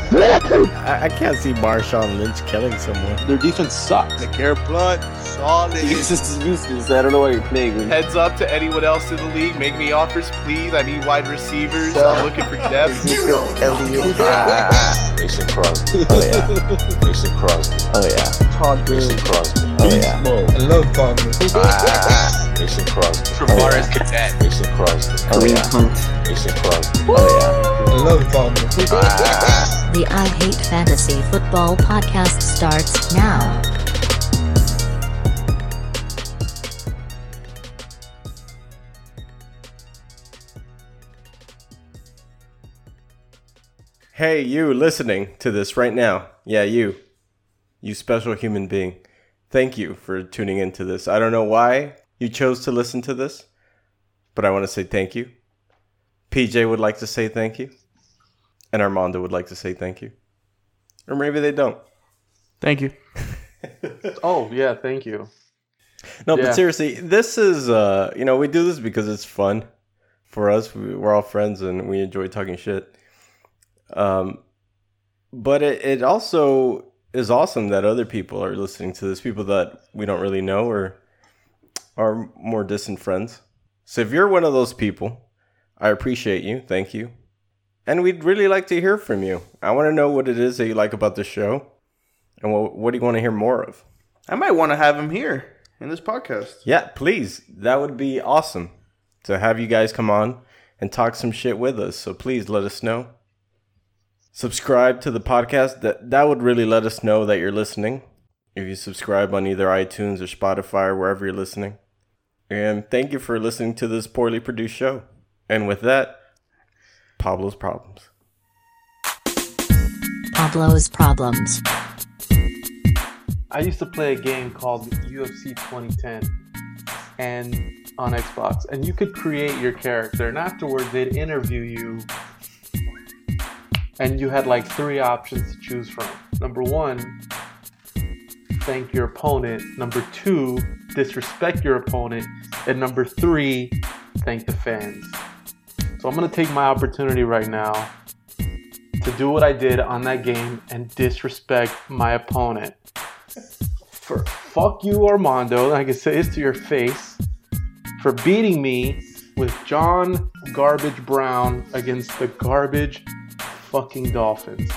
I, I can't see Marshawn Lynch killing someone. Their defense sucks. Care Blunt, solid. It's just useless. I don't know why you're playing. him. Heads up to anyone else in the league. Make me offers, please. I need wide receivers. I'm looking for depth. Ezekiel Elliott. Mason Crosby. Oh yeah. Mason Crosby. Oh yeah. Todd Mason Crosby. Oh yeah. I love Fogman. Ah, Mason Crosby. Travaris Cadet. Mason Crosby. Oh yeah. Hunt. Mason Crosby. Oh I love Fogman. The I Hate Fantasy Football podcast starts now. yeah. Hey, you listening to this right now. Yeah, you. You special human being. Thank you for tuning into this. I don't know why you chose to listen to this, but I want to say thank you. PJ would like to say thank you. And Armando would like to say thank you. Or maybe they don't. Thank you. Oh, yeah, thank you. No, Yeah. but seriously, this is uh, you know, we do this because it's fun for us. We- We're all friends and we enjoy talking shit. Um, but it, it also is awesome that other people are listening to this, people that we don't really know or are more distant friends. So if you're one of those people, I appreciate you. Thank you. And we'd really like to hear from you. I want to know what it is that you like about the show and what, what do you want to hear more of? I might want to have him here in this podcast. Yeah, please. That would be awesome to have you guys come on and talk some shit with us. So please let us know. Subscribe to the podcast. That that would really let us know that you're listening. If you subscribe on either iTunes or Spotify or wherever you're listening. And thank you for listening to this poorly produced show. And with that, Pablo's problems. Pablo's Problems. I used to play a game called UFC 2010 and on Xbox, and you could create your character, and afterwards they'd interview you, and you had like three options to choose from. Number one, thank your opponent. Number two, disrespect your opponent. And number three, thank the fans. So I'm gonna take my opportunity right now to do what I did on that game and disrespect my opponent for fuck you, Armando. I can say this to your face for beating me with John Garbage Brown against the garbage fucking Dolphins.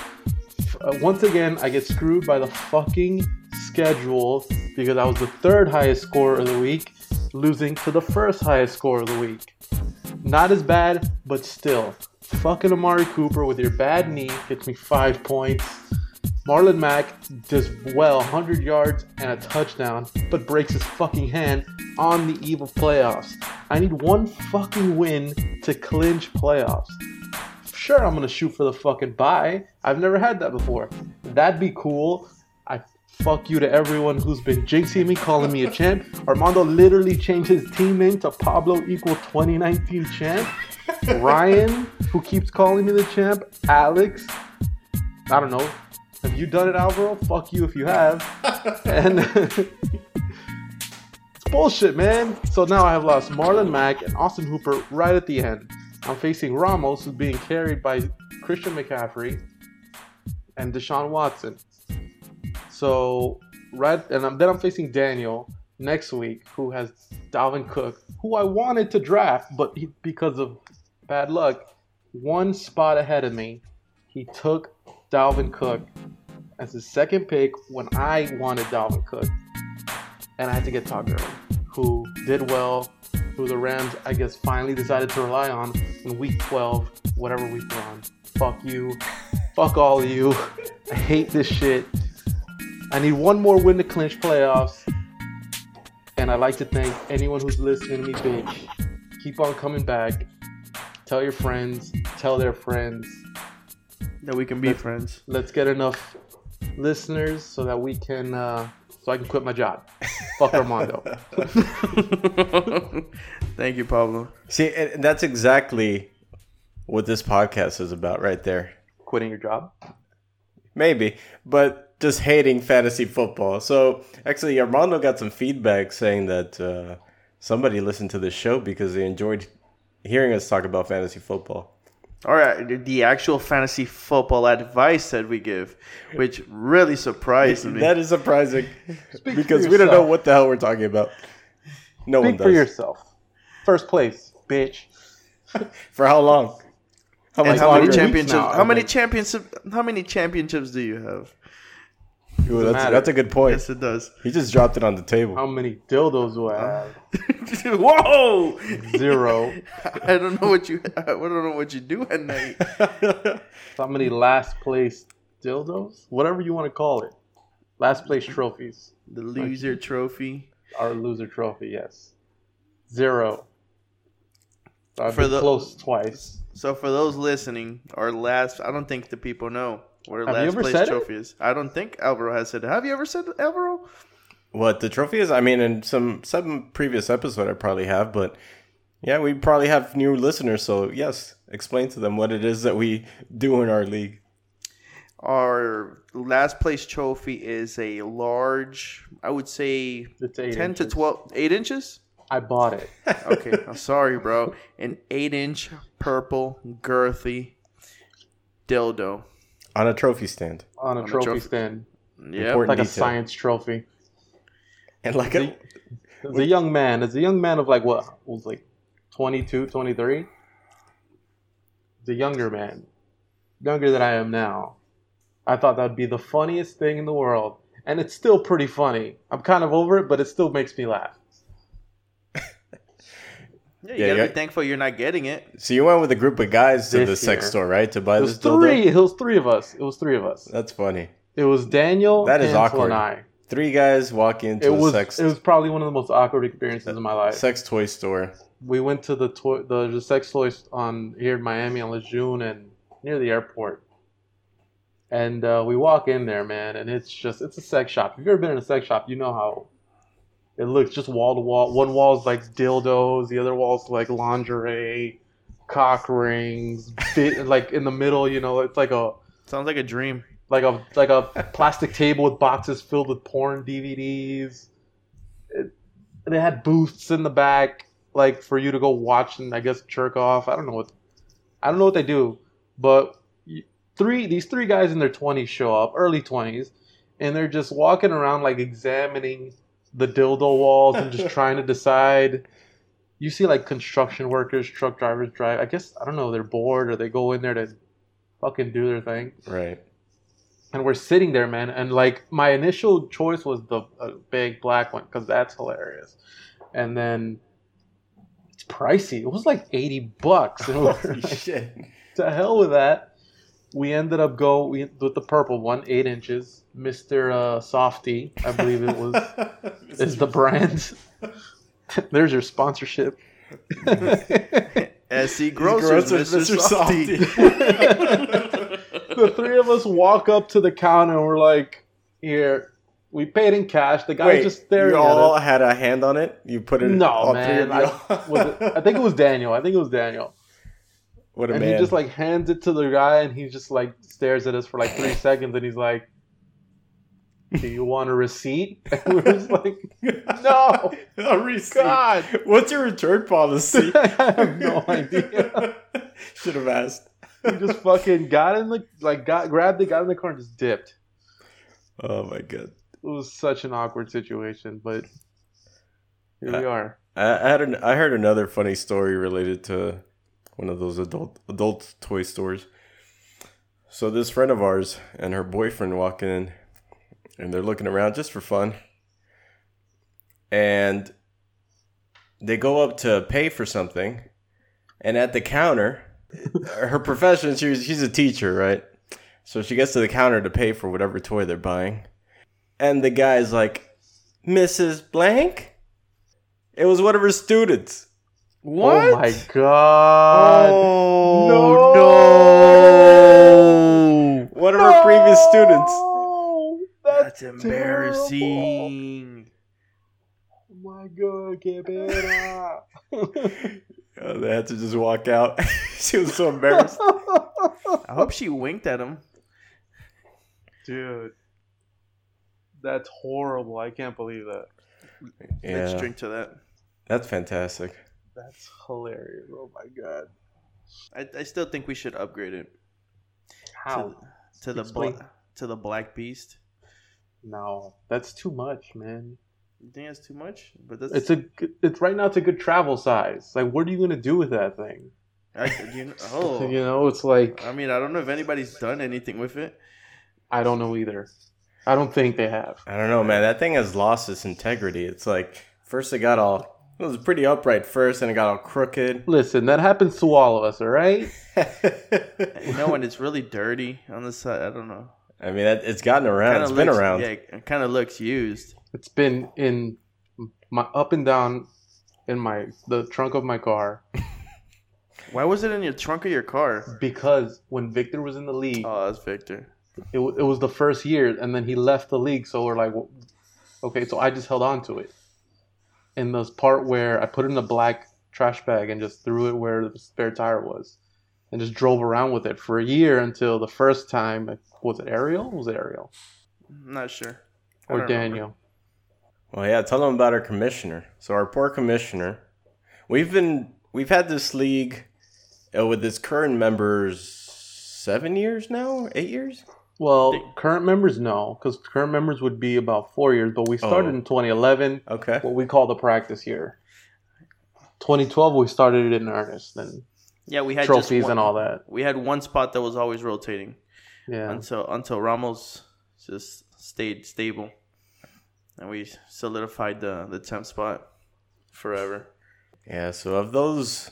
F- uh, Once again, I get screwed by the fucking schedule because I was the third highest scorer of the week, losing to the first highest scorer of the week. Not as bad, but still. Fucking Amari Cooper with your bad knee gets me five points. Marlon Mack does well, 100 yards and a touchdown, but breaks his fucking hand on the eve of playoffs. I need one fucking win to clinch playoffs. Sure, I'm gonna shoot for the fucking bye. I've never had that before. That'd be cool. I fuck you to everyone who's been jinxing me, calling me a champ. Armando literally changed his team name to Pablo equal 2019 champ. Ryan, who keeps calling me the champ. Alex, I don't know. Have you done it, Alvaro? Fuck you if you have. and it's bullshit, man. So now I have lost Marlon Mack and Austin Hooper right at the end. I'm facing Ramos, who's being carried by Christian McCaffrey and Deshaun Watson. So right, and I'm, then I'm facing Daniel next week, who has Dalvin Cook, who I wanted to draft, but he, because of bad luck, one spot ahead of me, he took Dalvin Cook as his second pick when I wanted Dalvin Cook. And I had to get Todd Gurley, who did well, who the Rams, I guess, finally decided to rely on in week 12, whatever week we're on. Fuck you. Fuck all of you. I hate this shit. I need one more win to clinch playoffs. And I'd like to thank anyone who's listening to me, bitch. Keep on coming back. Tell your friends. Tell their friends That we can be friends. let's get enough listeners so that we can uh, so I can quit my job. Fuck Armando. Thank you, Pablo. See, and that's exactly what this podcast is about right there. Quitting your job. Maybe, but just hating fantasy football. So actually, Armando got some feedback saying that uh, somebody listened to the show because they enjoyed hearing us talk about fantasy football. All right, the actual fantasy football advice that we give, which really surprised me. That is surprising Speak because for we don't know yourself. what the hell we're talking about. No one Speak does. for yourself. First place, bitch. For how long? How and much how many longer? championships? now, I how many think. championships? How many championships do you have? Ooh, that's, matter. that's a good point. Yes, it does. He just dropped it on the table. How many dildos do I have? Uh. Whoa! Zero. I don't know what you. I don't know what you do at night. How many last place dildos? Whatever you want to call it. Last place trophies. The loser trophy. Our loser trophy, yes. Zero. So I've For been the- close twice. So for those listening, our last. I don't think the people know what our Have you last ever place said it? trophy is. I don't think Alvaro has said. it. Have you ever said it, Alvaro? what the trophy is? I mean, in some some previous episode, I probably have, but yeah, we probably have new listeners. So yes, explain to them what it is that we do in our league. Our last place trophy is a large. I would say It's eight. ten to inches. twelve, eight inches. I bought it. Okay, I'm sorry, bro. An eight-inch purple girthy dildo. on a trophy stand. on a a trophy, trophy. stand, Yeah, Important. like a detail. science trophy. And like a, As a young man, as a young man of like what was like 22, 23, the younger man, younger than I am now, I thought that would be the funniest thing in the world, and it's still pretty funny. I'm kind of over it, but it still makes me laugh. yeah. You Yeah, gotta yeah. be thankful you're not getting it. so you went with a group of guys to This the sex year. store, right, to buy It this was dildo? three. It was three of us. It was three of us. That's funny. It was Daniel, That that is is Ansel, awkward. and I. Three guys walk into It a was sex it was probably one of the most awkward experiences in my life. sex toy store. we went to the toy, the, the sex toys on here in Miami on Lejeune and near the airport. And uh, we walk in there, man, and it's just it's a sex shop. If you've ever been in a sex shop, you know how it looks. Just wall to wall. One wall's like dildos, the other wall's like lingerie, cock rings. Bit, like in the middle, you know, it's like a Sounds like a dream. like a like a plastic table with boxes filled with porn DVDs. It, they had booths in the back, like for you to go watch and I guess jerk off. I don't know what I don't know what they do, but y- three these three guys in their twenties show up, early twenties, and they're just walking around like examining the dildo walls and just trying to decide. You see like construction workers, truck drivers drive. I guess I don't know. They're bored or they go in there to fucking do their thing Right. and we're sitting there, man. And like my initial choice was the uh, big black one because that's hilarious. And then it's pricey. It was like eighty bucks. And we're Holy like, shit. to hell with that. We ended up go we, with the purple one, eight inches. Mister uh, Softy, I believe it was. it's the brand. There's your sponsorship. SC Gross Grocers, Mr. Softy. the three of us walk up to the counter and we're like, here, we paid in cash. The guy Wait, just staring you at all us. had a hand on it. You put it. No, all man. Three I, of you all- was it- I think it was Daniel. I think it was Daniel. what a And man. he just like hands it to the guy and he just like stares at us for like three seconds and he's like, do you want a receipt? And we're just like, no, a receipt. God. What's your return policy? I have no idea. Should have asked. We just fucking got in the, like, got grabbed it, got in the car and just dipped. Oh my god. It was such an awkward situation, but here we Yeah. are. I, I had an, I heard another funny story related to one of those adult adult toy stores. So this friend of ours and her boyfriend walk in, and they're looking around just for fun, and they go up to pay for something, and at the counter, her profession she's she's a teacher, right? So she gets to the counter to pay for whatever toy they're buying, and the guy's like, "Mrs. Blank." It was one of her students. What? Oh my god. Oh, No. no. One of her previous students. That's, That's embarrassing. Oh my god, que pena. Uh, they had to just walk out. she was so embarrassed. I hope she winked at him. Dude. That's horrible. I can't believe that. Let's yeah, drink to that. that's fantastic. That's hilarious. Oh my god. I, I still think we should upgrade it How? to the Explain. bla- to the Black Beast. No, that's too much, man. You think that's too much? But that's It's a good- it's right now. It's a good travel size. Like, what are you gonna do with that thing? I- you kn- oh. You know, it's like I mean, I don't know if anybody's done anything with it. I don't know either. I don't think they have. I don't know, man. That thing has lost its integrity. It's like first it got all it was pretty upright first, and it got all crooked. Listen, that happens to all of us, all right? I You know, and it's really dirty on the side. I don't know. mean, that, it's gotten around. Kinda It's been looks- around. Yeah, it kind of looks used. It's been in my up and down in my the trunk of my car Why was it in your trunk of your car? because when Victor was in the league, Oh, that's Victor. it, wa- it was the first year, and then he left the league. So we're like, well, okay, so I just held on to it. In this part where I put it in a black trash bag and just threw it where the spare tire was, and just drove around with it for a year until the first time was it Ariel? Was it Ariel I'm not sure. I or don't remember. Daniel? Well, yeah, tell them about our commissioner. So our poor commissioner, we've been we've had this league uh, with its current members seven years now, eight years. Well, They- current members no, because current members would be about four years. But we started Oh. in 2011, Okay, what we call the practice year. 2012, we started it in earnest, and Yeah, we had just trophies one- and all that. We had one spot that was always rotating Yeah, until until Ramos just stayed stable, and we solidified the the temp spot forever. yeah. So of those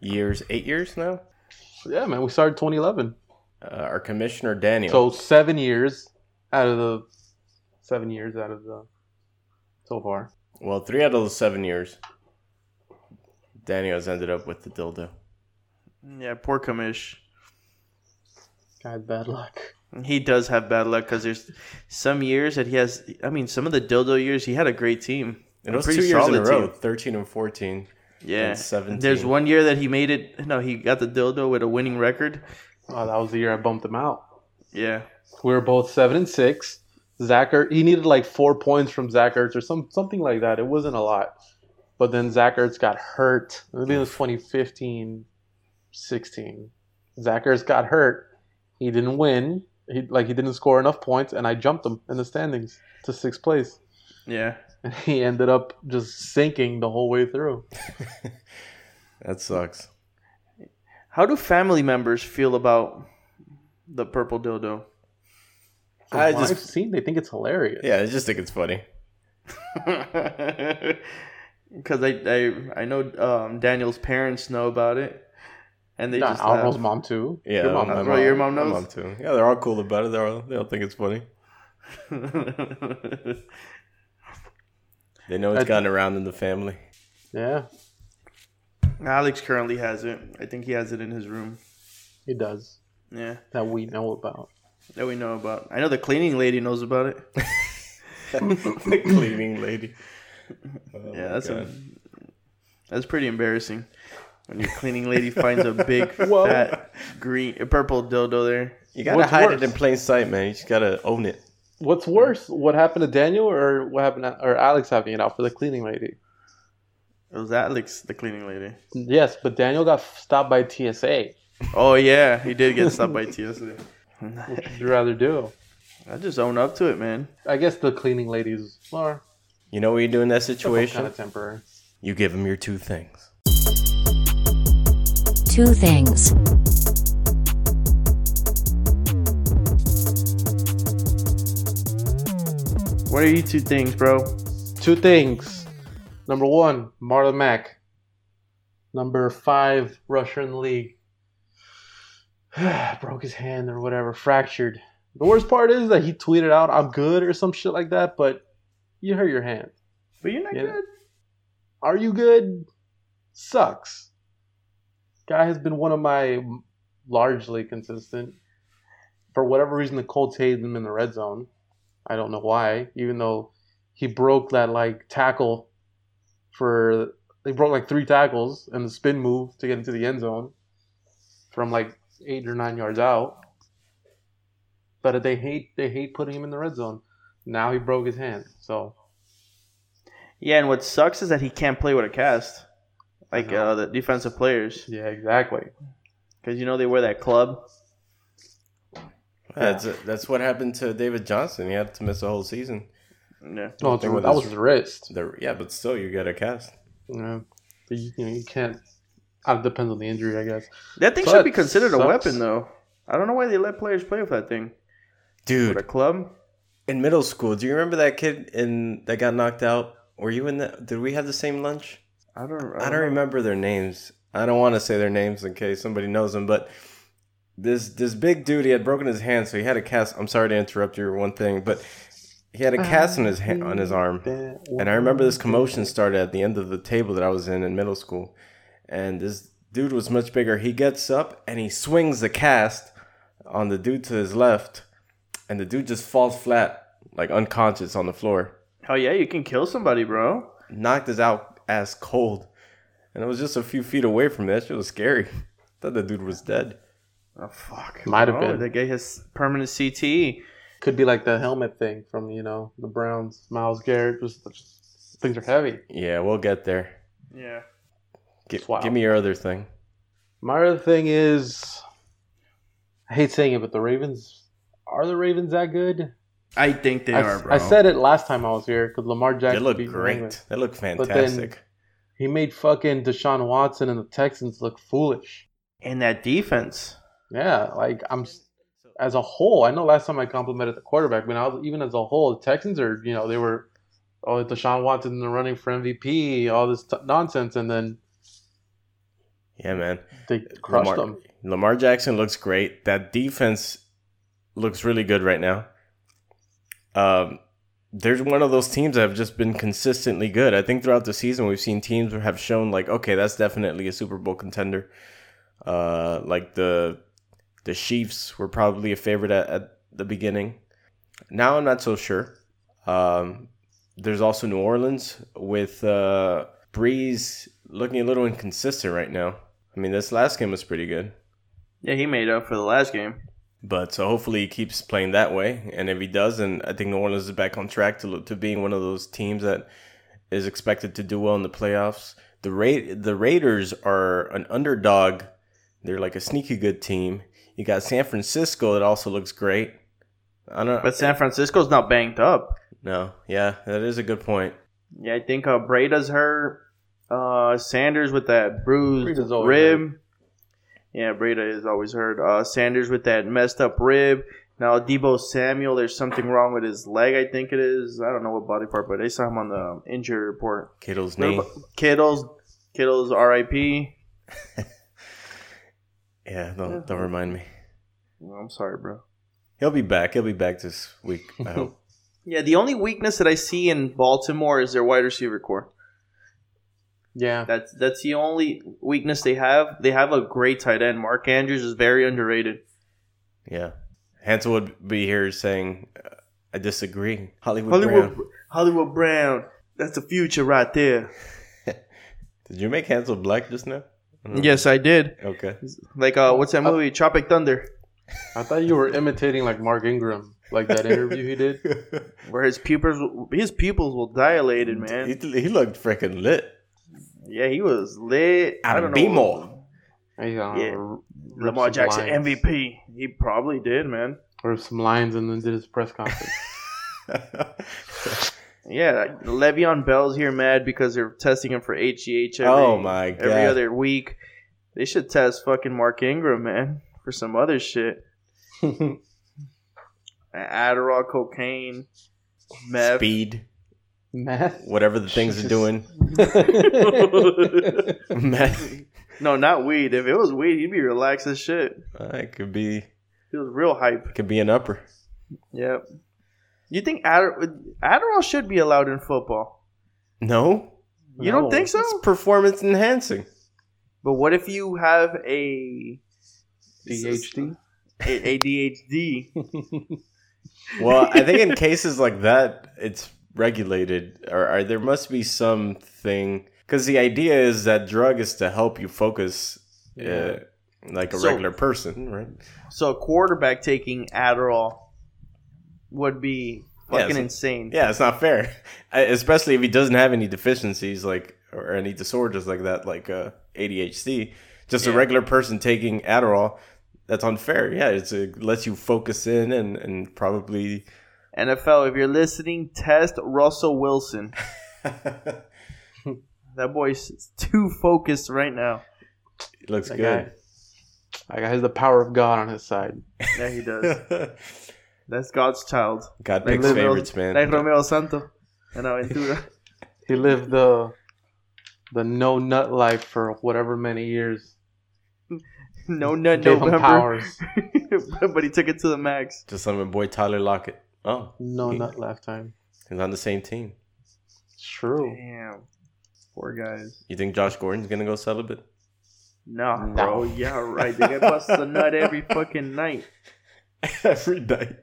years, eight years now, yeah, man, we started 2011. uh, our commissioner Daniel. So seven years out of the seven years out of the so far. well, three out of those seven years, Daniel has ended up with the dildo. Yeah, poor Kamish. God, bad luck. He does have bad luck because there's some years that he has. I mean, some of the dildo years he had a great team. It A was pretty two years in a solid row, team. thirteen and fourteen. Yeah, And 17. there's one year that he made it. No, he got the dildo with a winning record. Oh, that was the year I bumped him out. Yeah, We were both seven and six. Zach Ertz, he needed like four points from Zach Ertz or some something like that. It wasn't a lot. But then Zach Ertz got hurt. I think it was 2015, 16. Zach Ertz got hurt. He didn't win. He like he didn't score enough points, and I jumped him in the standings to sixth place. yeah. And he ended up just sinking the whole way through. That sucks. How do family members feel about the purple dildo? I From what just- I've seen they think it's hilarious. Yeah, I just think it's funny. Because I, I I know um, Daniel's parents know about it, and they Nah, just Alvaro's laugh. mom too. Yeah, Your mom my knows. Well, your mom my knows? too. Yeah, they're all cool about it. They all they all think it's funny. They know it's I- gotten around in the family. Yeah, Alex currently has it. I think he has it in his room. he does. Yeah, That we know about. that we know about. I know the cleaning lady knows about it. the cleaning lady. Oh Yeah, my that's a, God. that's pretty embarrassing. When your cleaning lady finds a big Whoa. fat green purple dildo there. you gotta what's hide worse? it in plain sight, man. You just gotta own it. What's worse, what happened to Daniel or what happened to, or Alex having it out for the cleaning lady? It was Alex, the cleaning lady. Yes, but Daniel got stopped by TSA. Oh yeah, he did get stopped by TSA. What would you rather do? I just own up to it, man. I guess the cleaning ladies are You know what you do in kind that situation? of temporary. You give them your two things. Two things. What are you two things, bro? Two things. Number one, Marlon Mack. Number five, rusher in the league. Broke his hand or whatever, fractured. The worst part is that he tweeted out, I'm good or some shit like that, but you hurt your hand. But you're not Yeah. good. Are You Good sucks. Guy has been one of my largely consistent. For whatever reason, the Colts hated him in the red zone. I don't know why, even though he broke that like tackle for they broke like three tackles and the spin move to get into the end zone from like eight or nine yards out. But they hate they hate putting him in the red zone. Now he broke his hand, so Yeah, and what sucks is that he can't play with a cast. like Uh-huh. uh, the defensive players, Yeah, exactly. because you know they wear that club. That's that's what happened to David Johnson. He had to miss a whole season. Yeah, No, it's, They were that was those- his wrist. There, yeah, but still, you got a cast. You know, but you, you, know, you can't. uh, It depends on the injury, I guess. that thing So should be that considered a sucks. weapon, though. I don't know why they let players play with that thing. With a Dude, club, in middle school, do you remember that kid in that got knocked out? Were you in that? Did we have the same lunch? I don't. I don't, I don't remember their names. I don't want to say their names in case somebody knows them, but this this big dude he had broken his hand, so he had a cast. I'm sorry to interrupt your one thing, but he had a cast on his hand, on his arm, and I remember this commotion started at the end of the table that I was in in middle school, and this dude was much bigger. He gets up and he swings the cast on the dude to his left, and the dude just falls flat like unconscious on the floor Hell yeah, you can kill somebody, bro. knocked his out ass cold, and it was just a few feet away from me. That shit was scary. Thought that dude was dead. Oh fuck. Might have Oh, been. That guy has permanent CTE. Could be like the helmet thing from you know the Browns, Miles Garrett. Just, just- things are heavy. Yeah, we'll get there. Yeah. Gi- Wow. Give me your other thing. My other thing is, I hate saying it, but the Ravens are the Ravens that good? I think they I, are, bro. I said it last time I was here because Lamar They Jackson look beat New England. great. They look then- fantastic. He made fucking Deshaun Watson and the Texans look foolish. And that defense. Yeah, like I'm s- as a whole. I know last time I complimented the quarterback, but now even as a whole, the Texans are you know they were oh Deshaun Watson in the running for MVP, all this t- nonsense, and then Yeah, man. they crushed Lamar, them. Lamar Jackson looks great. That defense looks really good right now. Um, there's one of those teams that have just been consistently good. I think throughout the season we've seen teams who have shown like, okay, that's definitely a Super Bowl contender. Uh, like the the Chiefs were probably a favorite at, at the beginning. Now I'm not so sure. Um, there's also New Orleans with uh, Breeze looking a little inconsistent right now. I mean, this last game was pretty good, Yeah, he made up for the last game. but so hopefully he keeps playing that way. And if he does, then I think New Orleans is back on track to to being one of those teams that is expected to do well in the playoffs. The Ra- the Raiders are an underdog. They're like a sneaky good team. You got San Francisco that also looks great. I don't But San Francisco's not banked up. no, yeah, that is a good point. Yeah, I think uh, Breda's hurt. Uh, Sanders with that bruised Breda's always rib. Yeah, Breda is always hurt. Uh, Sanders with that messed up rib. Now Debo Samuel, there's something wrong with his leg. I think it is. I don't know what body part, but they saw him on the injury report. Kittle's What knee. about- Kittle's Kittle's R.I.P. Yeah, don't don't remind me. Well, Oh, I'm sorry, bro. He'll be back. He'll be back this week. I hope. Yeah, the only weakness that I see in Baltimore is their wide receiver core. Yeah, That's that's the only weakness they have. They have a great tight end. Mark Andrews is very underrated. Yeah. Hansel would be here saying, uh, I disagree. Hollywood, Hollywood Brown. Hollywood Brown. That's the future right there. Did you make Hansel black just now? Mm. Yes, I did. Okay. Like uh what's that movie? Tropic Thunder. I thought you were imitating like Mark Ingram, like that interview he did. Where his pupils his pupils will dilated, He, man. he looked freaking lit. Yeah, he was lit. I Adam don't know. Beemore. He's on Yeah. ripped Lamar some Jackson lines. MVP. He probably did, man. Ripped some lines and then did his press conference. Yeah, like, Le'Veon Bell's here mad because they're testing him for HGH every, Oh my every God. other week. They should test fucking Mark Ingram, man, for some other shit. Adderall, cocaine, meth. Speed, Meth. whatever the things are doing. Meth. No, not weed. If it was weed, he'd be relaxed as shit. Uh, it could be He was real hype. could be an upper. Yep. You think Adder- Adderall should be allowed in football? No? You don't No. think so? It's performance enhancing. But what if you have a DHD. a, a DHD? Well, I think in cases like that, it's regulated, or, or there must be something. Because the idea is that drug is to help you focus, uh, Yeah. like a So- regular person, right? So a quarterback taking Adderall would be Yeah, fucking so- insane. Yeah, it's not fair, I- especially if he doesn't have any deficiencies like or any disorders like that, like uh, ADHD, just a Yeah. regular person taking Adderall, that's unfair. Yeah, it's, it lets you focus in and, and probably. NFL, if you're listening, test Russell Wilson. it That boy's too focused right now. looks That guy, good. that guy has the power of God on his side. Yeah, he does. That's God's child. God Like picks Romeo, favorites, man. like Romeo Santo and Aventura. He lived the the no nut life for whatever many years. no nut Gave him November. powers. but he took it to the max. Just like my boy Tyler Lockett. Oh, No He- nut lifetime. he's on the same team. It's true. Damn. Poor guys. You think Josh Gordon's gonna go celibate? No, No. bro. Yeah, right. The guy busts a nut every fucking night. Every night.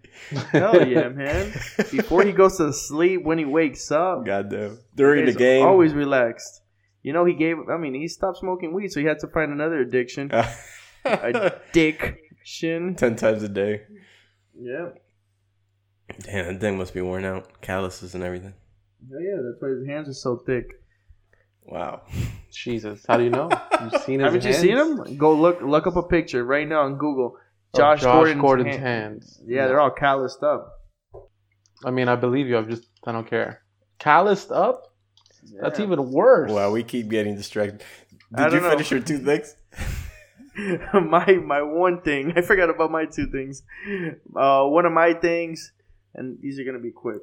Hell yeah, man. Before he goes to sleep, when he wakes up, Goddamn. During the he's game. always relaxed. You know, he gave. I mean, he stopped smoking weed, so he had to find another addiction. Addiction. Ten times a day. Yeah. Damn, that thing must be worn out. Calluses and everything. Hell Oh, yeah, that's why his hands are so thick. Wow. Jesus, how do you know? You've seen his Haven't you hands? Oh, seen him? Go look look up a picture right now on Google. Of Josh, Gordon's, hand- hands. Yeah, they're all calloused up. I mean, I believe you. I've just, I don't care. Calloused up? That's Yeah. even worse. Wow, we keep getting distracted. I Did you don't know. finish your two things? my my one thing. I forgot about my two things. Uh, one of my things, and these are gonna be quick.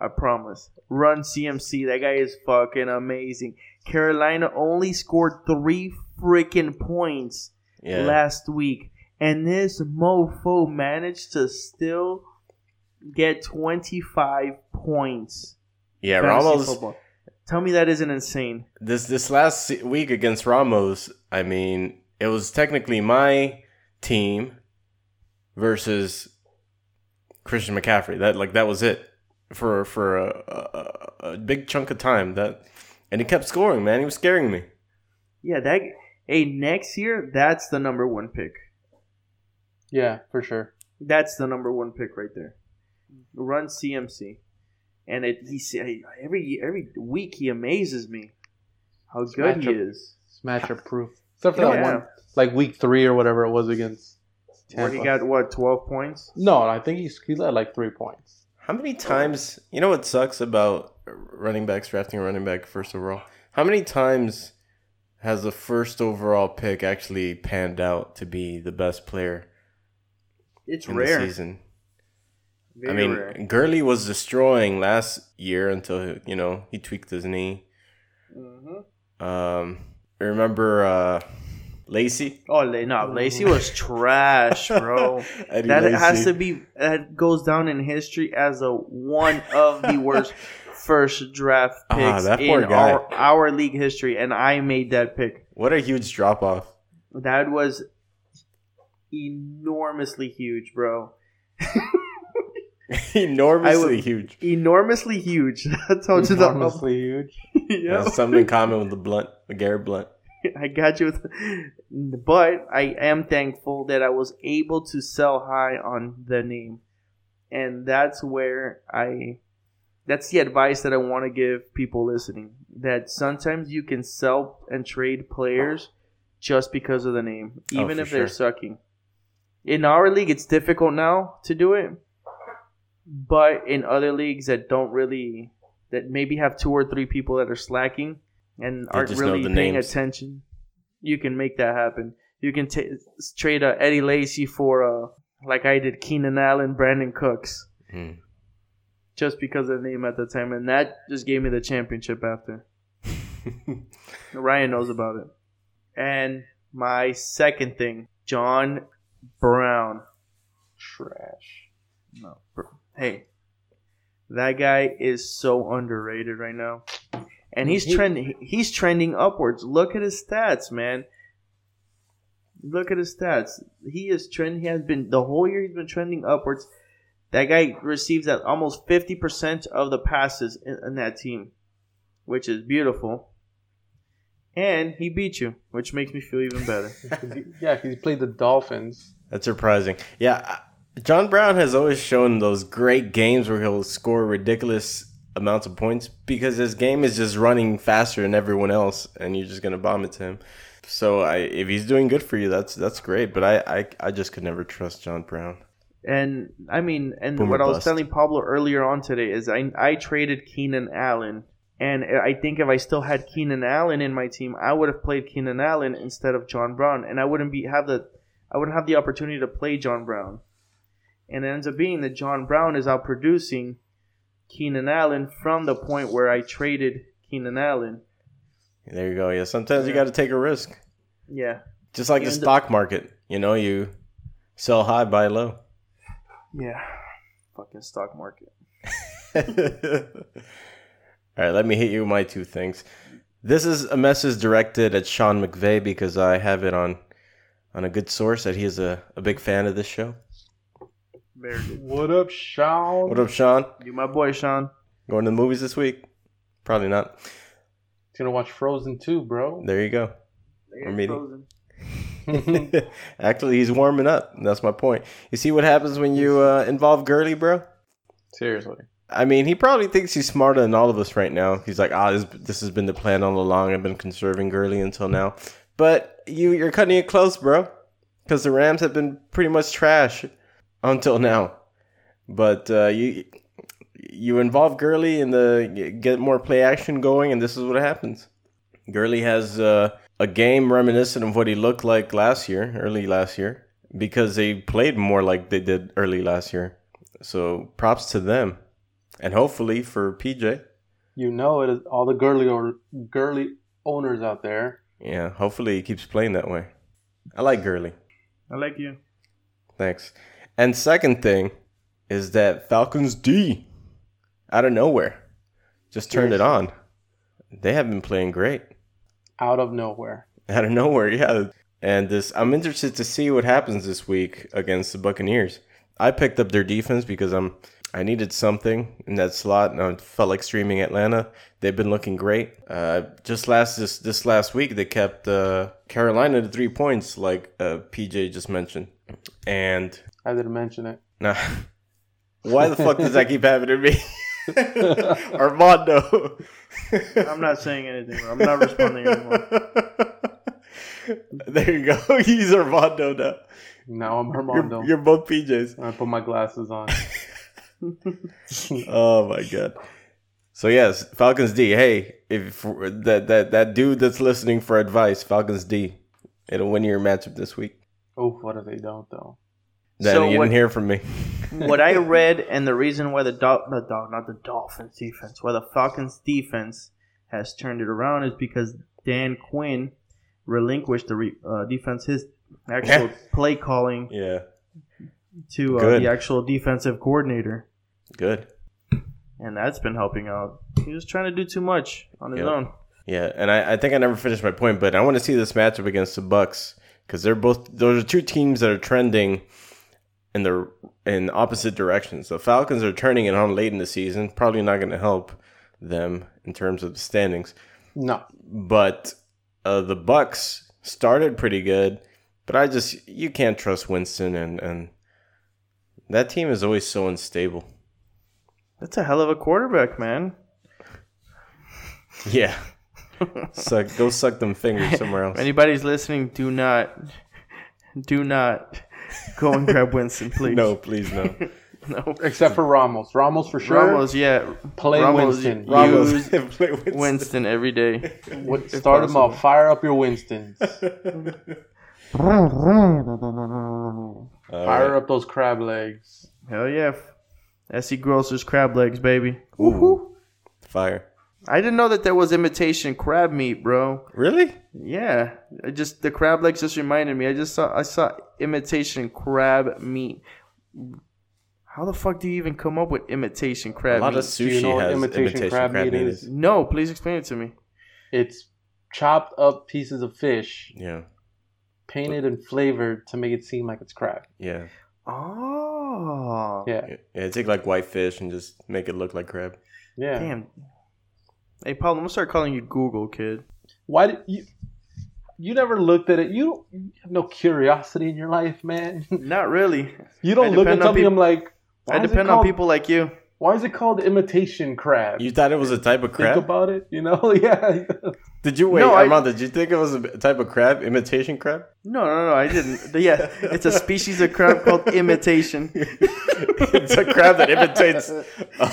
I promise. Run CMC. That guy is fucking amazing. Carolina only scored three freaking points Yeah. last week, and this mofo managed to still get twenty five points. yeah, Fantasy Ramos. football. Tell me that isn't insane. This this last se- week against Ramos, I mean, it was technically my team versus Christian McCaffrey. That like that was it for for a, a, a- a big chunk of time. That and he kept scoring, man. He was scaring me. Yeah, that. Hey, next year, that's the number one pick. Yeah, for sure. That's the number one pick right there. Run CMC, and it, he say- every every week he amazes me how good he matchup- is. It's matchup proof. Except for that Yeah. one, like week three or whatever it was against Where Tampa. he got what twelve points? no, I think he's, he led like three points. How many times? You know what sucks about running backs drafting a running back first overall? How many times has the first overall pick actually panned out to be the best player It's in the rare. season? Very I mean, rare. Gurley was destroying last year until you know he tweaked his knee. Mhm. Um, I remember uh, Lacey. Oh, La- no, Lacey was trash, bro. Eddie that has Lacy. to be that goes down in history as a one of the worst first draft Ah, picks that poor in guy. our our league history, and I made that pick. What a huge drop off. That was enormously huge, bro. Enormously I would- huge. Enormously huge. That's how Oh, to the Enormously huge. yeah. Has something in common with the blunt, the Garrett Blunt. I got you. With, but I am thankful that I was able to sell high on the name. And that's where I. That's the advice that I want to give people listening. That sometimes you can sell and trade players just because of the name, Oh, even for if they're sure. sucking. In our league, it's difficult now to do it. But in other leagues that don't really. That maybe have two or three people that are slacking and aren't just know really the paying names. attention, you can make that happen. You can ta trade uh, Eddie Lacy for, uh, like I did, Keenan Allen, Brandon Cooks, Hmm. just because of the name at the time. And that just gave me the championship after. Ryan knows about it. And my second thing, John Brown. Trash. No. bro. Hey, that guy is so underrated right now, and he's He- trending. He's trending upwards. Look at his stats, man. Look at his stats. He is trend. He has been the whole year. He's been trending upwards. That guy receives at almost fifty percent of the passes in, in that team, which is beautiful. And he beat you, which makes me feel even better. 'Cause he- yeah, 'cause he played the Dolphins. That's surprising. Yeah, I- John Brown has always shown those great games where he'll score ridiculous amounts of points because his game is just running faster than everyone else, and you're just gonna bomb it to him. So I, if he's doing good for you, that's that's great. But I, I, I just could never trust John Brown. And I mean, and Boomer what I was bust. telling Pablo earlier on today is I I traded Keenan Allen, and I think if I still had Keenan Allen in my team, I would have played Keenan Allen instead of John Brown, and I wouldn't be have the I wouldn't have the opportunity to play John Brown. And it ends up being that John Brown is out producing Keenan Allen from the point where I traded Keenan Allen. There you go. Yeah, sometimes you Yeah. got to take a risk, Yeah, just like the And- stock market. You know, you sell high, buy low. yeah, fucking stock market. All right, let me hit you with my two things. This is a message directed at Sean McVay because I have it on on a good source that he is a, a big fan of this show. Very good. What up, Sean? What up, Sean? You my boy Sean. Going to the movies this week? Probably not. He's gonna watch Frozen 2, bro. There you go. We're meeting. Frozen. Actually, he's warming up. and That's my point. You see what happens when you uh, involve Gurley, bro? Seriously. I mean, he probably thinks he's smarter than all of us right now. He's like, ah, this, this has been the plan all along. I've been conserving Gurley until now. But you, you're cutting it close, bro. Because the Rams have been pretty much trash until now. But uh, you you involve Gurley in the get more play action going, and this is what happens. Gurley has uh, a game reminiscent of what he looked like last year, early last year, because they played more like they did early last year. So props to them. And hopefully for PJ. You know it is all the girly or girly owners out there. Yeah, hopefully he keeps playing that way. I like Gurley. I like you. Thanks. And second thing is that Falcons D out of nowhere just turned it on. They have been playing great Out of nowhere. out of nowhere, yeah. And this I'm interested to see what happens this week against the Buccaneers. I picked up their defense because I'm I needed something in that slot, and I felt like streaming Atlanta. They've been looking great. Uh, just last this this last week, they kept uh, Carolina to three points, like uh, PJ just mentioned. And I didn't mention it. nah, why the fuck does that keep happening to me, Armando? I'm not saying anything. bro. I'm not responding anymore. there you go. He's Armando now. Now I'm Armando. You're, you're both PJs. I put my glasses on. Oh my god. So yes, Falcons D. Hey, if that that that dude that's listening for advice, Falcons D. It'll win your matchup this week. oh, what if they don't though? That So you what- didn't hear from me. What I read and the reason why the Dol- the Dol- not the Dolphins defense, why the Falcons defense has turned it around is because Dan Quinn relinquished the re- uh, defense his actual play calling Yeah, to uh, Good. the actual defensive coordinator, good. and that's been helping out. He was trying to do too much on his Yep. own. Yeah, and I, I think I never finished my point, but I want to see this matchup against the Bucks because they're both those are two teams that are trending in the in opposite directions. The Falcons are turning it on late in the season, probably not going to help them in terms of the standings. No. but uh, the Bucks started pretty good. But I just you can't trust Winston and and that team is always so unstable. That's a hell of a quarterback, man. Yeah, suck go suck them fingers somewhere else. If anybody's listening, do not, do not go and grab Winston, please. No, please no. no. Except for Ramos. Ramos for sure. Ramos, yeah. Play Ramos, Winston. you- Ramos. Use Play Winston. Winston every day. What, start him up. Fire up your Winstons. All Fire right. up those crab legs. Hell yeah. SC Grosser's crab legs, baby. Ooh. Fire. I didn't know that there was imitation crab meat, bro. Really? Yeah. I just the crab legs just reminded me. I just saw I saw imitation crab meat. How the fuck do you even come up with imitation A crab lot meat? of Do sushi you know what has imitation crab meat is? no, please explain it to me. It's chopped up pieces of fish, Yeah, painted and flavored to make it seem like it's crab. yeah. Oh. Yeah. Yeah, Yeah, take like white fish and just make it look like crab. Yeah. Damn. Hey Paul, I'm gonna start calling you Google, kid. Why did you? You never looked at it. You, you have no curiosity in your life, man. Not really. You don't I look depend at on something. peop- I'm like, why I is it depend on called- people like you. Why is it called imitation crab? You thought it was a type of crab? Think about it, you know? yeah. did you wait, No, I- Armand? Did you think it was a type of crab? Imitation crab? No, no, no, I didn't. Yeah, it's a species of crab called imitation. it's a crab that imitates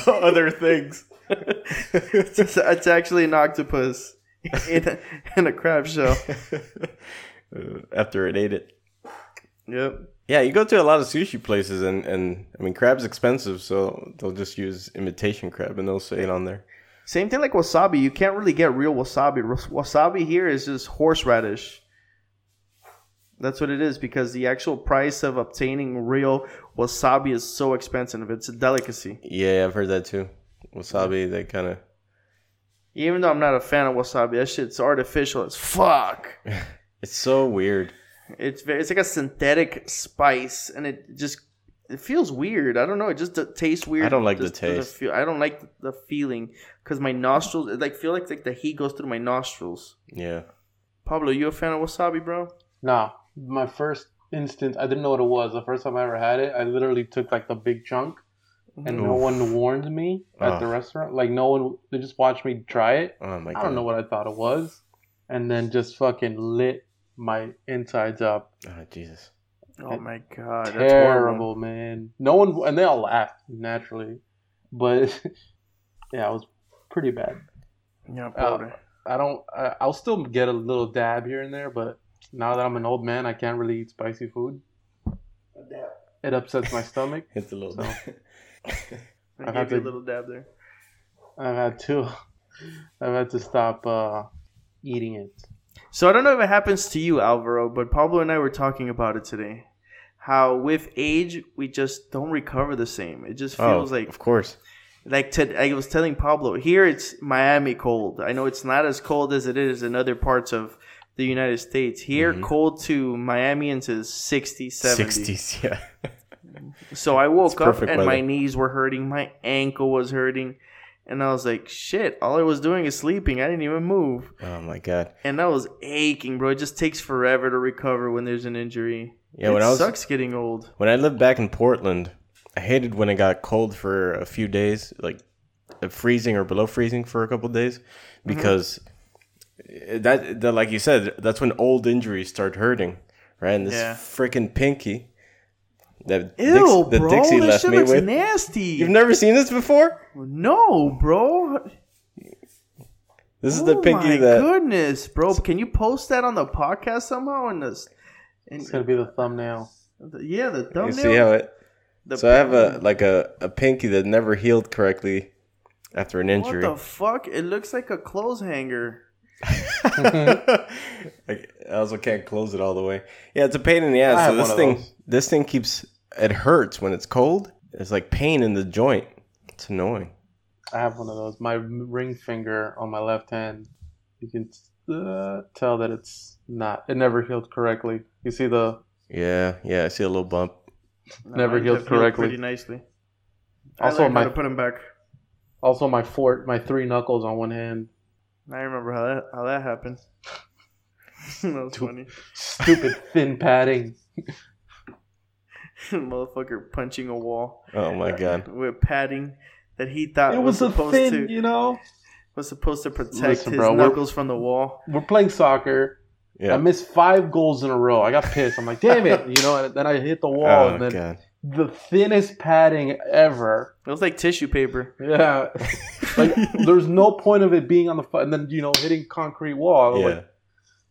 other things. It's, it's actually an octopus in a, in a crab shell. Uh, After it ate it. Yep. Yeah, you go to a lot of sushi places, and, and I mean, crab's expensive, so they'll just use imitation crab and they'll say it on there. Same thing like wasabi. You can't really get real wasabi. Ros- Wasabi here is just horseradish. That's what it is because the actual price of obtaining real wasabi is so expensive. It's a delicacy. Yeah, I've heard that too. Wasabi, they kind of. Even though I'm not a fan of wasabi, that shit's artificial as fuck. It's so weird. It's very, it's like a synthetic spice, and it just it feels weird. I don't know. It just d- tastes weird. I don't like the Just doesn't taste. Feel, I don't like the feeling because my nostrils. It like feel like like the heat goes through my nostrils. Yeah. Pablo, you a fan of wasabi, bro? Nah, my first instance, I didn't know what it was. The first time I ever had it, I literally took like the big chunk, and no Oof. one warned me at the Ugh. restaurant. Like no one, they just watched me try it. Oh my god. I don't know what I thought it was, and then just fucking lit my insides up. Oh Jesus. Oh my god, that's horrible. Terrible, man. No one, and they all laughed naturally, but yeah, it was pretty bad. Yeah, Oh, Uh, brother. I don't. I, I'll still get a little dab here and there, but now that I'm an old man, I can't really eat spicy food. It upsets my stomach. It's a little. I I've gave had you a to- little dab there. I've had to. I've had to stop uh, eating it. So I don't know if it happens to you, Alvaro, but Pablo and I were talking about it today. How with age we just don't recover the same. It just oh, feels like of course. like to, I was telling Pablo here it's Miami cold. I know it's not as cold as it is in other parts of the United States. Here Mm-hmm. cold to Miamians is 60, 70. Sixties. Yeah. So I woke up perfect and weather. my knees were hurting, my ankle was hurting, and I was like, shit, all I was doing is sleeping. I didn't even move. Oh my god. And I was aching, bro. It just takes forever to recover when there's an injury. Yeah. it When I was sucks getting old. when I lived back in Portland, I hated when it got cold for a few days, like uh, freezing or below freezing for a couple days, Mm-hmm. because eh, that, that like you said, that's when old injuries start hurting, right? And this Yeah. freaking pinky that Ew, Dix, that bro. Dixie that left shit me looks with. nasty. You've never seen this before. no, bro. This is the Oh pinky my that goodness, bro. Can you post that on the podcast somehow? And this, and It's gonna be the thumbnail. yeah, the thumbnail. you see how it. the So I have a like a, a pinky that never healed correctly after an What injury. the fuck? It looks like a clothes hanger. I I also can't close it all the way. Yeah, it's a pain in the I ass. have So this one of thing those. this thing keeps it hurts when it's cold. It's like pain in the joint. It's annoying. I have one of those. My ring finger on my left hand. You can uh, tell that it's not. It never healed correctly. You see the. Yeah, yeah, I see a little bump. No, Never mine healed have correctly. Pretty nicely. Also, I learned my how to put him back. also my fort my three knuckles on one hand. I remember how that how that happened. that was funny. Stupid thin padding. Motherfucker punching a wall Oh my god. with padding that he thought It was, was a supposed thin, to you know. was supposed to protect Listen, his bro, we're- knuckles from the wall. We're playing soccer. I Yeah. missed five goals in a row. I got pissed. I'm like, damn it, you know. And then I hit the wall, oh and then god. the thinnest padding ever. It was like tissue paper. Yeah, like there's no point of it being on the fu- and then you know hitting concrete wall. Yeah. Like,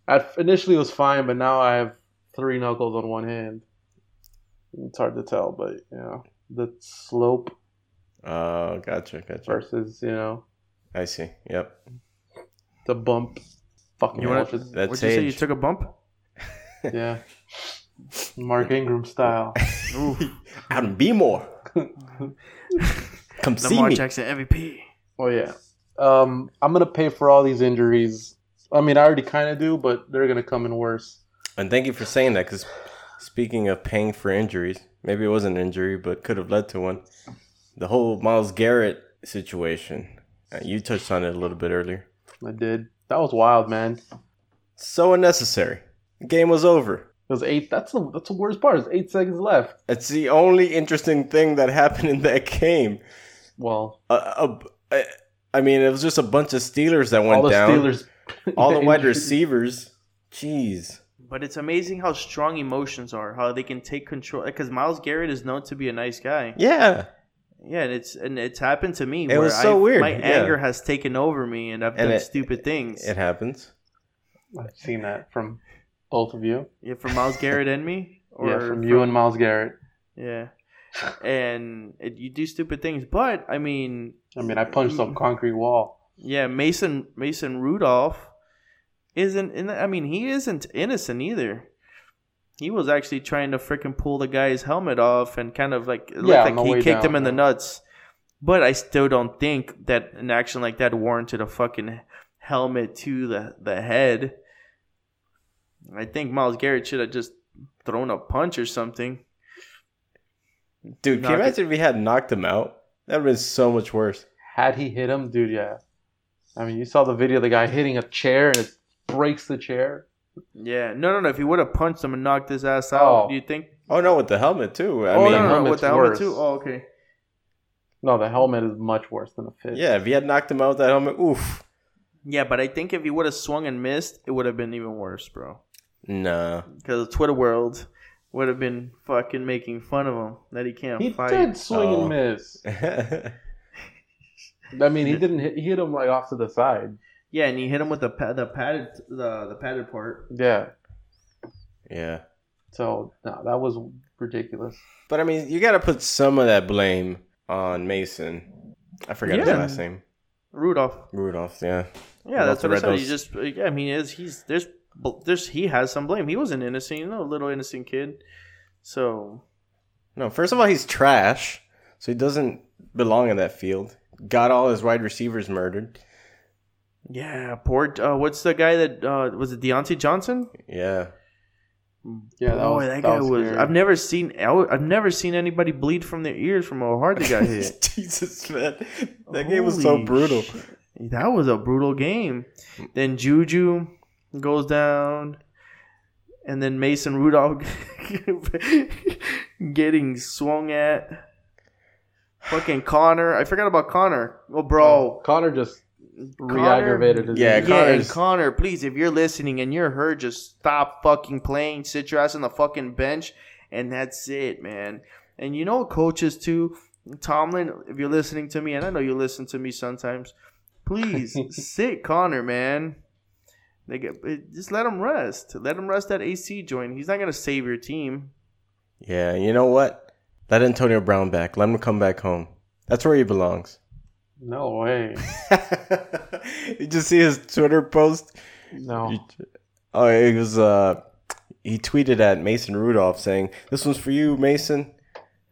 at, initially it was fine, but now I have three knuckles on one hand. It's hard to tell, but you know the slope Oh, gotcha, gotcha. versus you know I see. Yep. the bump. Fucking You wanna- bullshit. That's Would you say you age. took a bump? yeah. Mark Ingram style. Out in Bmore. Come see Lamar me. Jackson MVP. Oh yeah. Um, I'm gonna pay for all these injuries. I mean, I already kind of do, but they're gonna come in worse. And thank you for saying that because speaking of paying for injuries, maybe it was an injury, but could have led to one. The whole Miles Garrett situation. Uh, you touched on it a little bit earlier. I did. That was wild, man. So unnecessary. The game was over. It was eight. That's the that's the worst part. It's eight seconds left. It's the only interesting thing that happened in that game. Well, A, a, I- I mean, it was just a bunch of Steelers that went all the down. Steelers, all the wide injured. receivers. Jeez. but it's amazing how strong emotions are, how they can take control. Because Miles Garrett is known to be a nice guy. Yeah. Yeah, and it's and it's happened to me. It was so I've- weird, My yeah. anger has taken over me, and I've And done it- stupid things. It happens. I've seen that from both of you. yeah, from Miles Garrett and me, or yeah, from you and Miles Garrett. yeah, and it, you do stupid things. But I mean, I mean, I punched some concrete wall. yeah, Mason Mason Rudolph isn't. In I mean, he isn't innocent either. He was actually trying to freaking pull the guy's helmet off and kind of like it looked Yeah, like on the he way kicked him down, in the yeah. nuts. But I still don't think that an action like that warranted a fucking helmet to the the head. I think Miles Garrett should have just thrown a punch or something. Dude, can Knock you it. imagine if we had knocked him out? That would have been so much worse. Had he hit him, dude, yeah. I mean, you saw the video of the guy hitting a chair and it breaks the chair. Yeah, no, no, no. If he would have punched him and knocked his ass out, Oh. do you think? Oh, no, with the helmet, too. I oh mean, no, no, no, helmet's with the helmet worse. too. Oh, okay. No, the helmet is much worse than a fist. yeah, if he had knocked him out with that helmet, oof. Yeah, but I think if he would have swung and missed, it would have been even worse, bro. Nah. Because the Twitter world would have been fucking making fun of him that he can't He fight. did swing Oh. and miss. yeah, I mean, he didn't hit, he hit him like off to the side. Yeah, and he hit him with the pa- the padded the the padded part. Yeah. So, no, that was ridiculous. but I mean, you got to put some of that blame on Mason. I forgot his Yeah. last name. Rudolph. Rudolph. Yeah, Yeah, that's what I Rudolph the said. Red He Nose. just yeah, I mean, is he's there's bl- there's he has some blame. He was an innocent, you know, little innocent kid. So No, first of all, he's trash, so he doesn't belong in that field. Got all his wide receivers murdered. yeah, poor. Uh, what's the guy that uh, was it? Deontay Johnson. Yeah, Yeah, that Boy, was, that guy was. scary. I've never seen. I wa- I've never seen anybody bleed from their ears from how hard they got hit. Jesus man, that game was so Holy brutal. shit. That was a brutal game. Then Juju goes down, and then Mason Rudolph getting swung at. Fucking Connor. I forgot about Connor. Oh, bro. Connor just re-aggravated his Yeah, Yeah, injury. and Connor's- Connor, please, if you're listening and you're hurt, just stop fucking playing. Sit your ass on the fucking bench, and that's it, man. And you know, coaches too. Tomlin, if you're listening to me, and I know you listen to me sometimes, please sit Connor, man. They get, it- just let him rest. Let him rest that AC joint. He's not gonna save your team. Yeah, you know what? Let Antonio Brown back. Let him come back home. That's where he belongs. No way. you just see his Twitter post. No. Oh, it was uh, he tweeted at Mason Rudolph saying, "This one's for you, Mason,"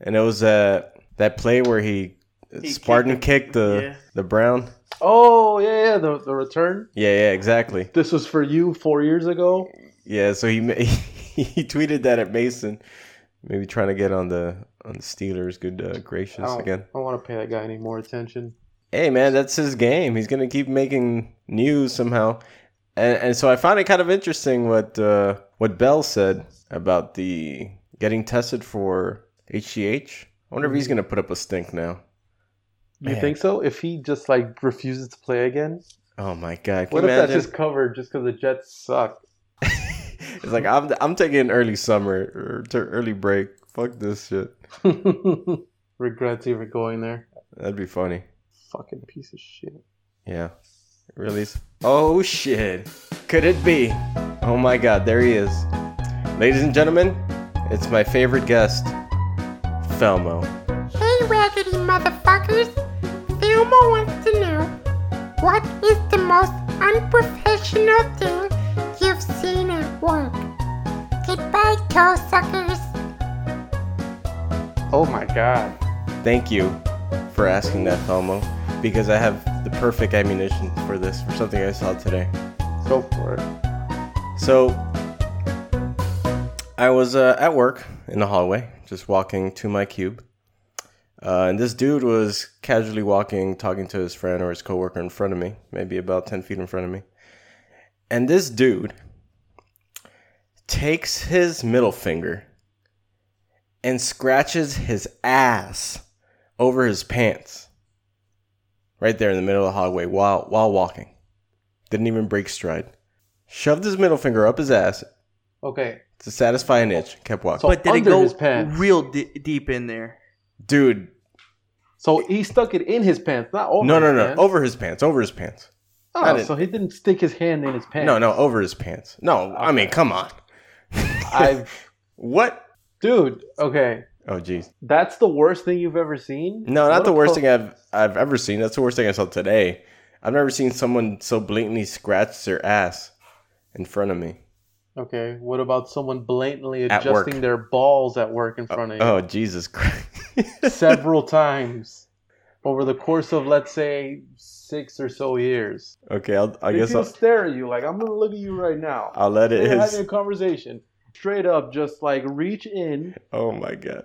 and it was uh that play where he, kicked Spartan the- kicked, the yeah. the Brown. Oh, yeah, yeah, the, the return. Yeah, yeah, exactly. This was for you four years ago. Yeah, so he ma- he tweeted that at Mason, maybe trying to get on the on the Steelers. Good uh, I gracious don't, again. I don't want to pay that guy any more attention. Hey man, that's his game. He's gonna keep making news somehow, and and so I found it kind of interesting what uh, what Bell said about the getting tested for HGH. I wonder if he's Mm-hmm. gonna put up a stink now. You Man. think so? If he just like refuses to play again, Oh my god! Can what you if that's imagine? just covered just because the Jets suck? it's like I'm I'm taking early summer or t- early break. Fuck this shit. Regrets even going there. That'd be funny. Fucking piece of shit. Yeah. Release. Oh shit. Could it be? Oh my god, there he is. Ladies and gentlemen, it's my favorite guest, Felmo. Hey, raggedy motherfuckers! Thelma wants to know what is the most unprofessional thing you've seen at work? Goodbye, toe suckers! Oh my god. Thank you for asking that, Felmo, because I have the perfect ammunition for this, for something I saw today. Go for it. So, I was uh, at work in the hallway, just walking to my cube, uh, and this dude was casually walking, talking to his friend or his coworker in front of me, maybe about ten feet in front of me, and this dude takes his middle finger and scratches his ass over his pants. right there in the middle of the hallway while while walking. Didn't even break stride. Shoved his middle finger up his ass Okay. to satisfy an itch. Kept walking. So- But did it under go his pants. real di- deep in there? Dude, So he stuck it in his pants, not over. no, no, his no, pants. over his pants, over his pants. I Oh, didn't- so he didn't stick his hand in his pants. No, no, over his pants. No, I mean, come on. I, What? dude. Okay, Oh, jeez. that's the worst thing you've ever seen. No, What not the a worst pro- thing I've I've ever seen. That's the worst thing I saw today. I've never seen someone so blatantly scratch their ass in front of me. Okay, what about someone blatantly At work. adjusting their balls at work in front of you Oh, Jesus Christ. several times over the course of let's say six or so years? okay, I'll, I If guess you I'll, stare at you like I'm gonna look at you right now. I'll let it. We're is. having a conversation. Straight up, just like reach in, Oh my god.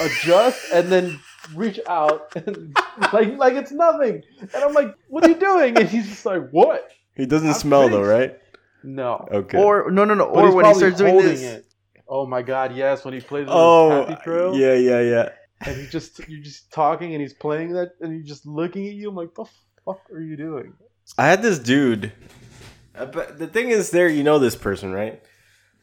adjust, and then reach out, and like like it's nothing. And I'm like, "What are you doing?" And he's just like, "What?" He doesn't I'm smell though, fixed. right? No. Okay. Or no, no, no. But Or he's when he probably starts doing holding this, it. Oh my god, yes, when he plays with oh, his happy trail yeah, yeah, yeah. and he just you're just talking and he's playing that and he's just looking at you, I'm like, the fuck are you doing? I had this dude. Uh, But the thing is, there you know this person, right?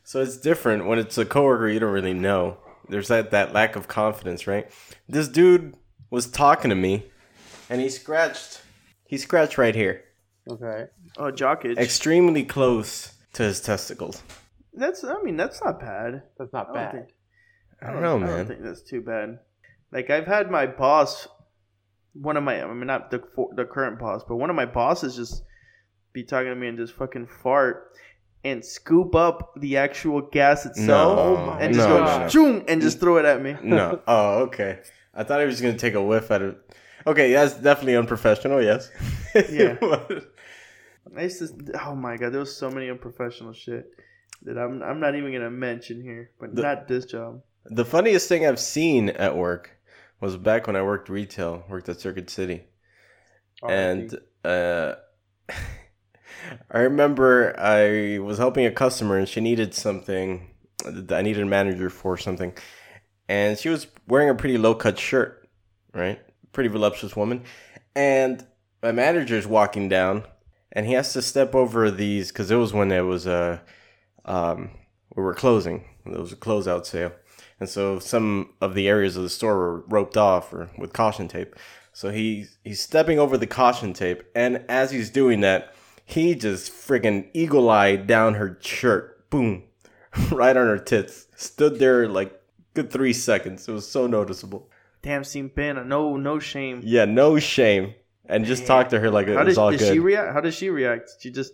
So it's different when it's a coworker you don't really know. There's that that lack of confidence, right? This dude was talking to me, and he scratched. He scratched right here, Okay. oh, jock itch. extremely close to his testicles. That's. I mean, that's not bad. That's not I don't bad. think- I don't know, I man. don't think that's too bad. Like I've had my boss, one of my, I mean not the for- the current boss, but one of my bosses just be talking to me and just fucking fart and scoop up the actual gas itself No, and just no, go no, Mm. no. "Choom," and just throw it at me. no. Oh, okay. I thought he was gonna take a whiff at it. Okay, that's definitely unprofessional. Yes. Yeah. But- I used to, oh my god, there was so many unprofessional shit that I'm I'm not even gonna mention here, but The- not this job. The funniest thing I've seen at work was back when I worked retail, worked at Circuit City, and uh, I remember I was helping a customer and she needed something. I needed a manager for something, and she was wearing a pretty low cut shirt, right? Pretty voluptuous woman, and my manager's walking down, and he has to step over these because it was when it was uh, um, we were closing. It was a closeout sale. And so some of the areas of the store were roped off or with caution tape. So he he's stepping over the caution tape, and as he's doing that, he just friggin' eagle eyed down her shirt, boom, right on her tits. Stood there like good three seconds. It was so noticeable. Damn, seen pin, no no shame. Yeah, no shame, and just talked to her like it How was did, all did good. she react? How does she react? She just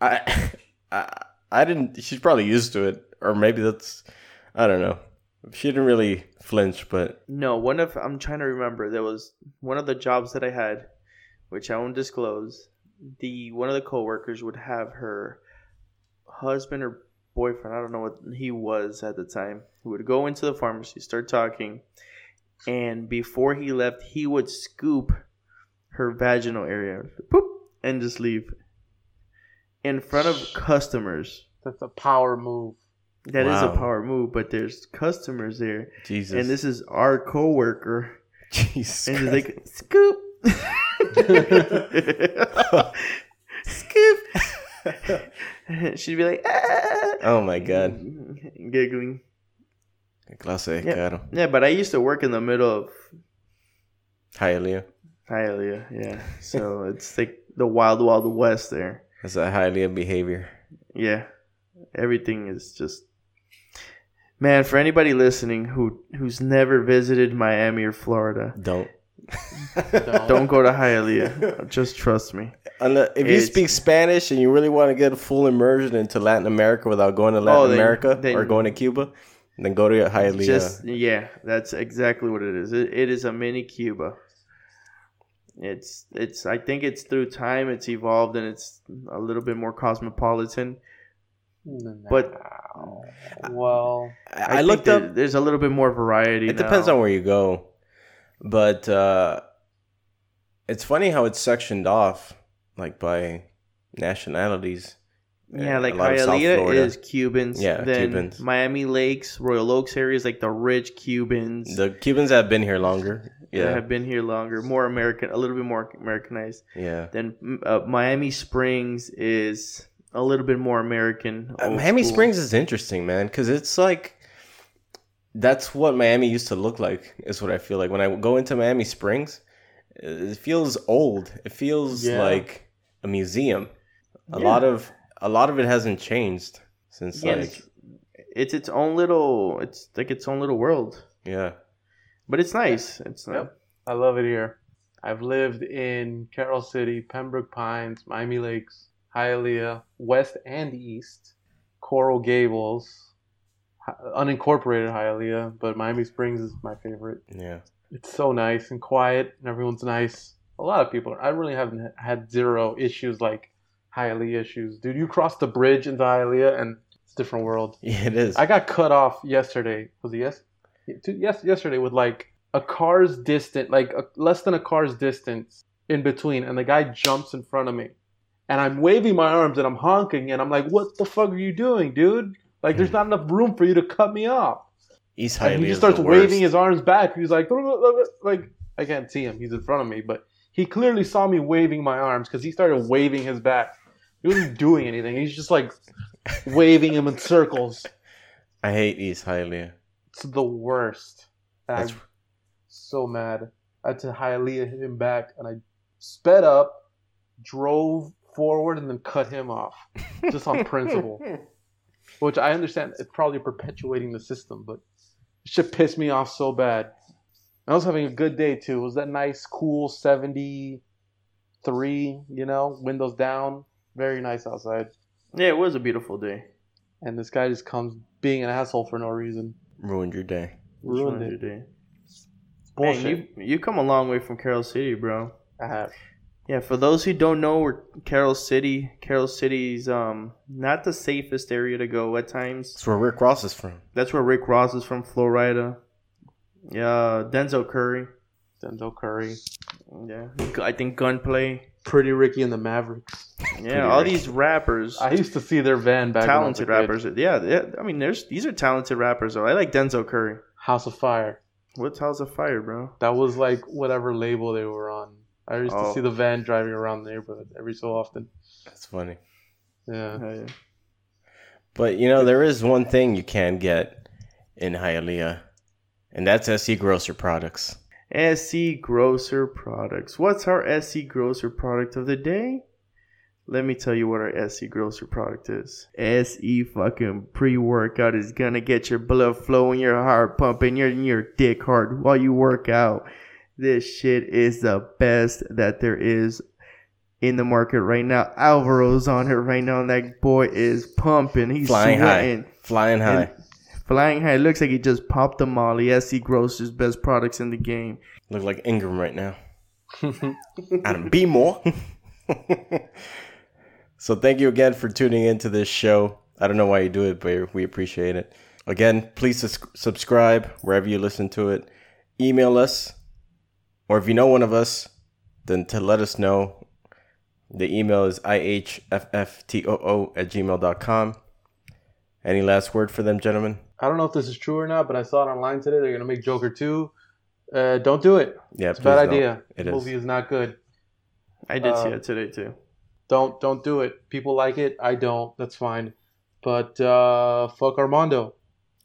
I, I I didn't. She's probably used to it, or maybe that's I don't know. She didn't really flinch, but No, one of I'm trying to remember. There was one of the jobs that I had, which I won't disclose. The one of the coworkers would have her husband or boyfriend, I don't know what he was at the time, who would go into the pharmacy, start talking, and before he left, he would scoop her vaginal area, boop, and just leave in front of customers. that's a power move. That is Wow. a power move, but there's customers there, Jesus, and this is our coworker. Jesus, And he's Christ. like, scoop. scoop. She'd be like, ah. oh my god, Giggling. clase de Yeah. caro. Yeah, but I used to work in the middle of Hi, Aaliyah. Hialeah. Yeah. So it's like the wild, wild west there. That's a Hialeah behavior. Yeah. Everything is just. Man, for anybody listening who who's never visited Miami or Florida, Don't. don't go to Hialeah. Just trust me. Unless, if you It's- speak Spanish and you really want to get a full immersion into Latin America without going to Latin Oh, then- America then- or going to Cuba, then go to uh, Hialeah. Just yeah, that's exactly what it is. It, it is a mini Cuba. It's it's I think it's through time it's evolved and it's a little bit more cosmopolitan. But- well, I, I think looked that up. There's a little bit more variety. It depends now. on where you go, but uh, it's funny how it's sectioned off, like by nationalities. Yeah, like a lot of South Hialeah Florida. is Cubans. Yeah, then Cubans. Miami Lakes, Royal Oaks area is like the rich Cubans The Cubans have been here longer. that Yeah, have been here longer, more American, a little bit more Americanized. yeah. Then mm, uh, Miami Springs is a little bit more American. Uh, old Miami school. Springs is interesting, man, because it's like that's what Miami used to look like. Is what I feel like when I go into Miami Springs. It feels old. It feels Yeah. like a museum. A Yeah. lot of a lot of it hasn't changed since Yeah, like it's, it's its own little. It's like its own little world, yeah. but it's nice. It's uh, Yep. I love it here. I've lived in Carroll City, Pembroke Pines, Miami Lakes, Hialeah, West and East, Coral Gables, hi- unincorporated Hialeah, but Miami Springs is my favorite. Yeah. It's so nice and quiet, and everyone's nice. A lot of people. I really haven't had zero issues like Hialeah issues, dude. You cross the bridge into Hialeah, and it's a different world. Yeah, it is. I got cut off yesterday. Was it yes? Two- Yes, yesterday with like a car's distance, like a, less than a car's distance in between, and the guy jumps in front of me, and I'm waving my arms and I'm honking, and I'm like, "What the fuck are you doing, dude? Like, there's not enough room for you to cut me off." East And Hialeah. he just is starts the worst. waving his arms back. He's like, like I can't see him. He's in front of me, but he clearly saw me waving my arms because he started waving his back. He wasn't doing anything. He's just like waving him in circles. I hate East Hialeah. It's the worst. And That's- I'm so mad. I had to Hialeah hit him back, and I sped up, drove forward, and then cut him off just on principle. Which I understand it's probably perpetuating the system, but it should piss me off so bad. I was having a good day too. It was that nice, cool 73, you know, windows down. Very nice outside. yeah, it was a beautiful day. And this guy just comes being an asshole for no reason. Ruined your day. Ruined it. day. Bullshit. Man, you you come a long way from Carroll City, bro. I have. Yeah, for those who don't know, we're Carroll City. Carroll City's um not the safest area to go at times. That's where Rick Ross is from. That's where Rick Ross is from, Florida. Yeah, Denzel Curry. Denzel Curry. Yeah, I think Gunplay. Pretty Ricky and the Mavericks. Yeah, all these rappers, I used to see their van back when I was a talented kid. rappers. Yeah, yeah, I mean, there's these are talented rappers though. I like Denzel Curry. House of Fire. What's House of Fire, bro? That was like whatever label they were on. I used Oh. to see the van driving around the neighborhood every so often. That's funny. Yeah. Oh, yeah. But you know, there is one thing you can get in Hialeah, and that's SC Grocer products. SC E Grocer Products. What's our SC Grocer product of the day? Let me tell you what our SC Grocer product is. SE fucking pre workout is gonna get your blood flowing, your heart pumping, your, your dick hard while you work out. This shit is the best that there is in the market right now. Alvaro's on it right now, and that boy is pumping. He's Flying sweating. high, flying high. Flying high. Looks like he just popped a molly. SC Grocer's best products in the game. Look like Ingram right now. Adam B. Moore. so thank you again for tuning into this show. I don't know why you do it, but we appreciate it. Again, please sus- subscribe wherever you listen to it. Email us, or if you know one of us, then to let us know. The email is ihfftoo at gmail.com. Any last word for them, gentlemen? I don't know if this is true or not, but I saw it online today. They're gonna make Joker two. Uh, don't do it. Yeah, It's a bad please don't. idea. It the is. movie is not good. I did see Uh, that today too. Don't don't do it. People like it. I don't. That's fine. But uh, fuck Armando.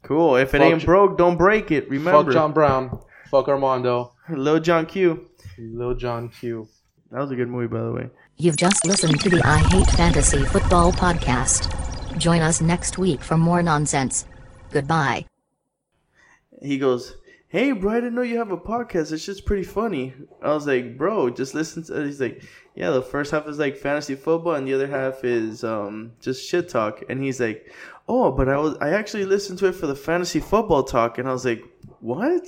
Cool. If it fuck ain't Ju- broke, don't break it. Remember, Fuck John Brown. Fuck Armando. Lil John Q. Lil John Q. That was a good movie, by the way. You've just listened to the I Hate Fantasy Football podcast. Join us next week for more nonsense. Goodbye. He goes, "Hey, bro, I didn't know you have a podcast. It's just pretty funny." I was like, "Bro, just listen to." He's like, "Yeah, the first half is like fantasy football, and the other half is um just shit talk." And he's like, "Oh, but I was I actually listened to it for the fantasy football talk," and I was like, "What?"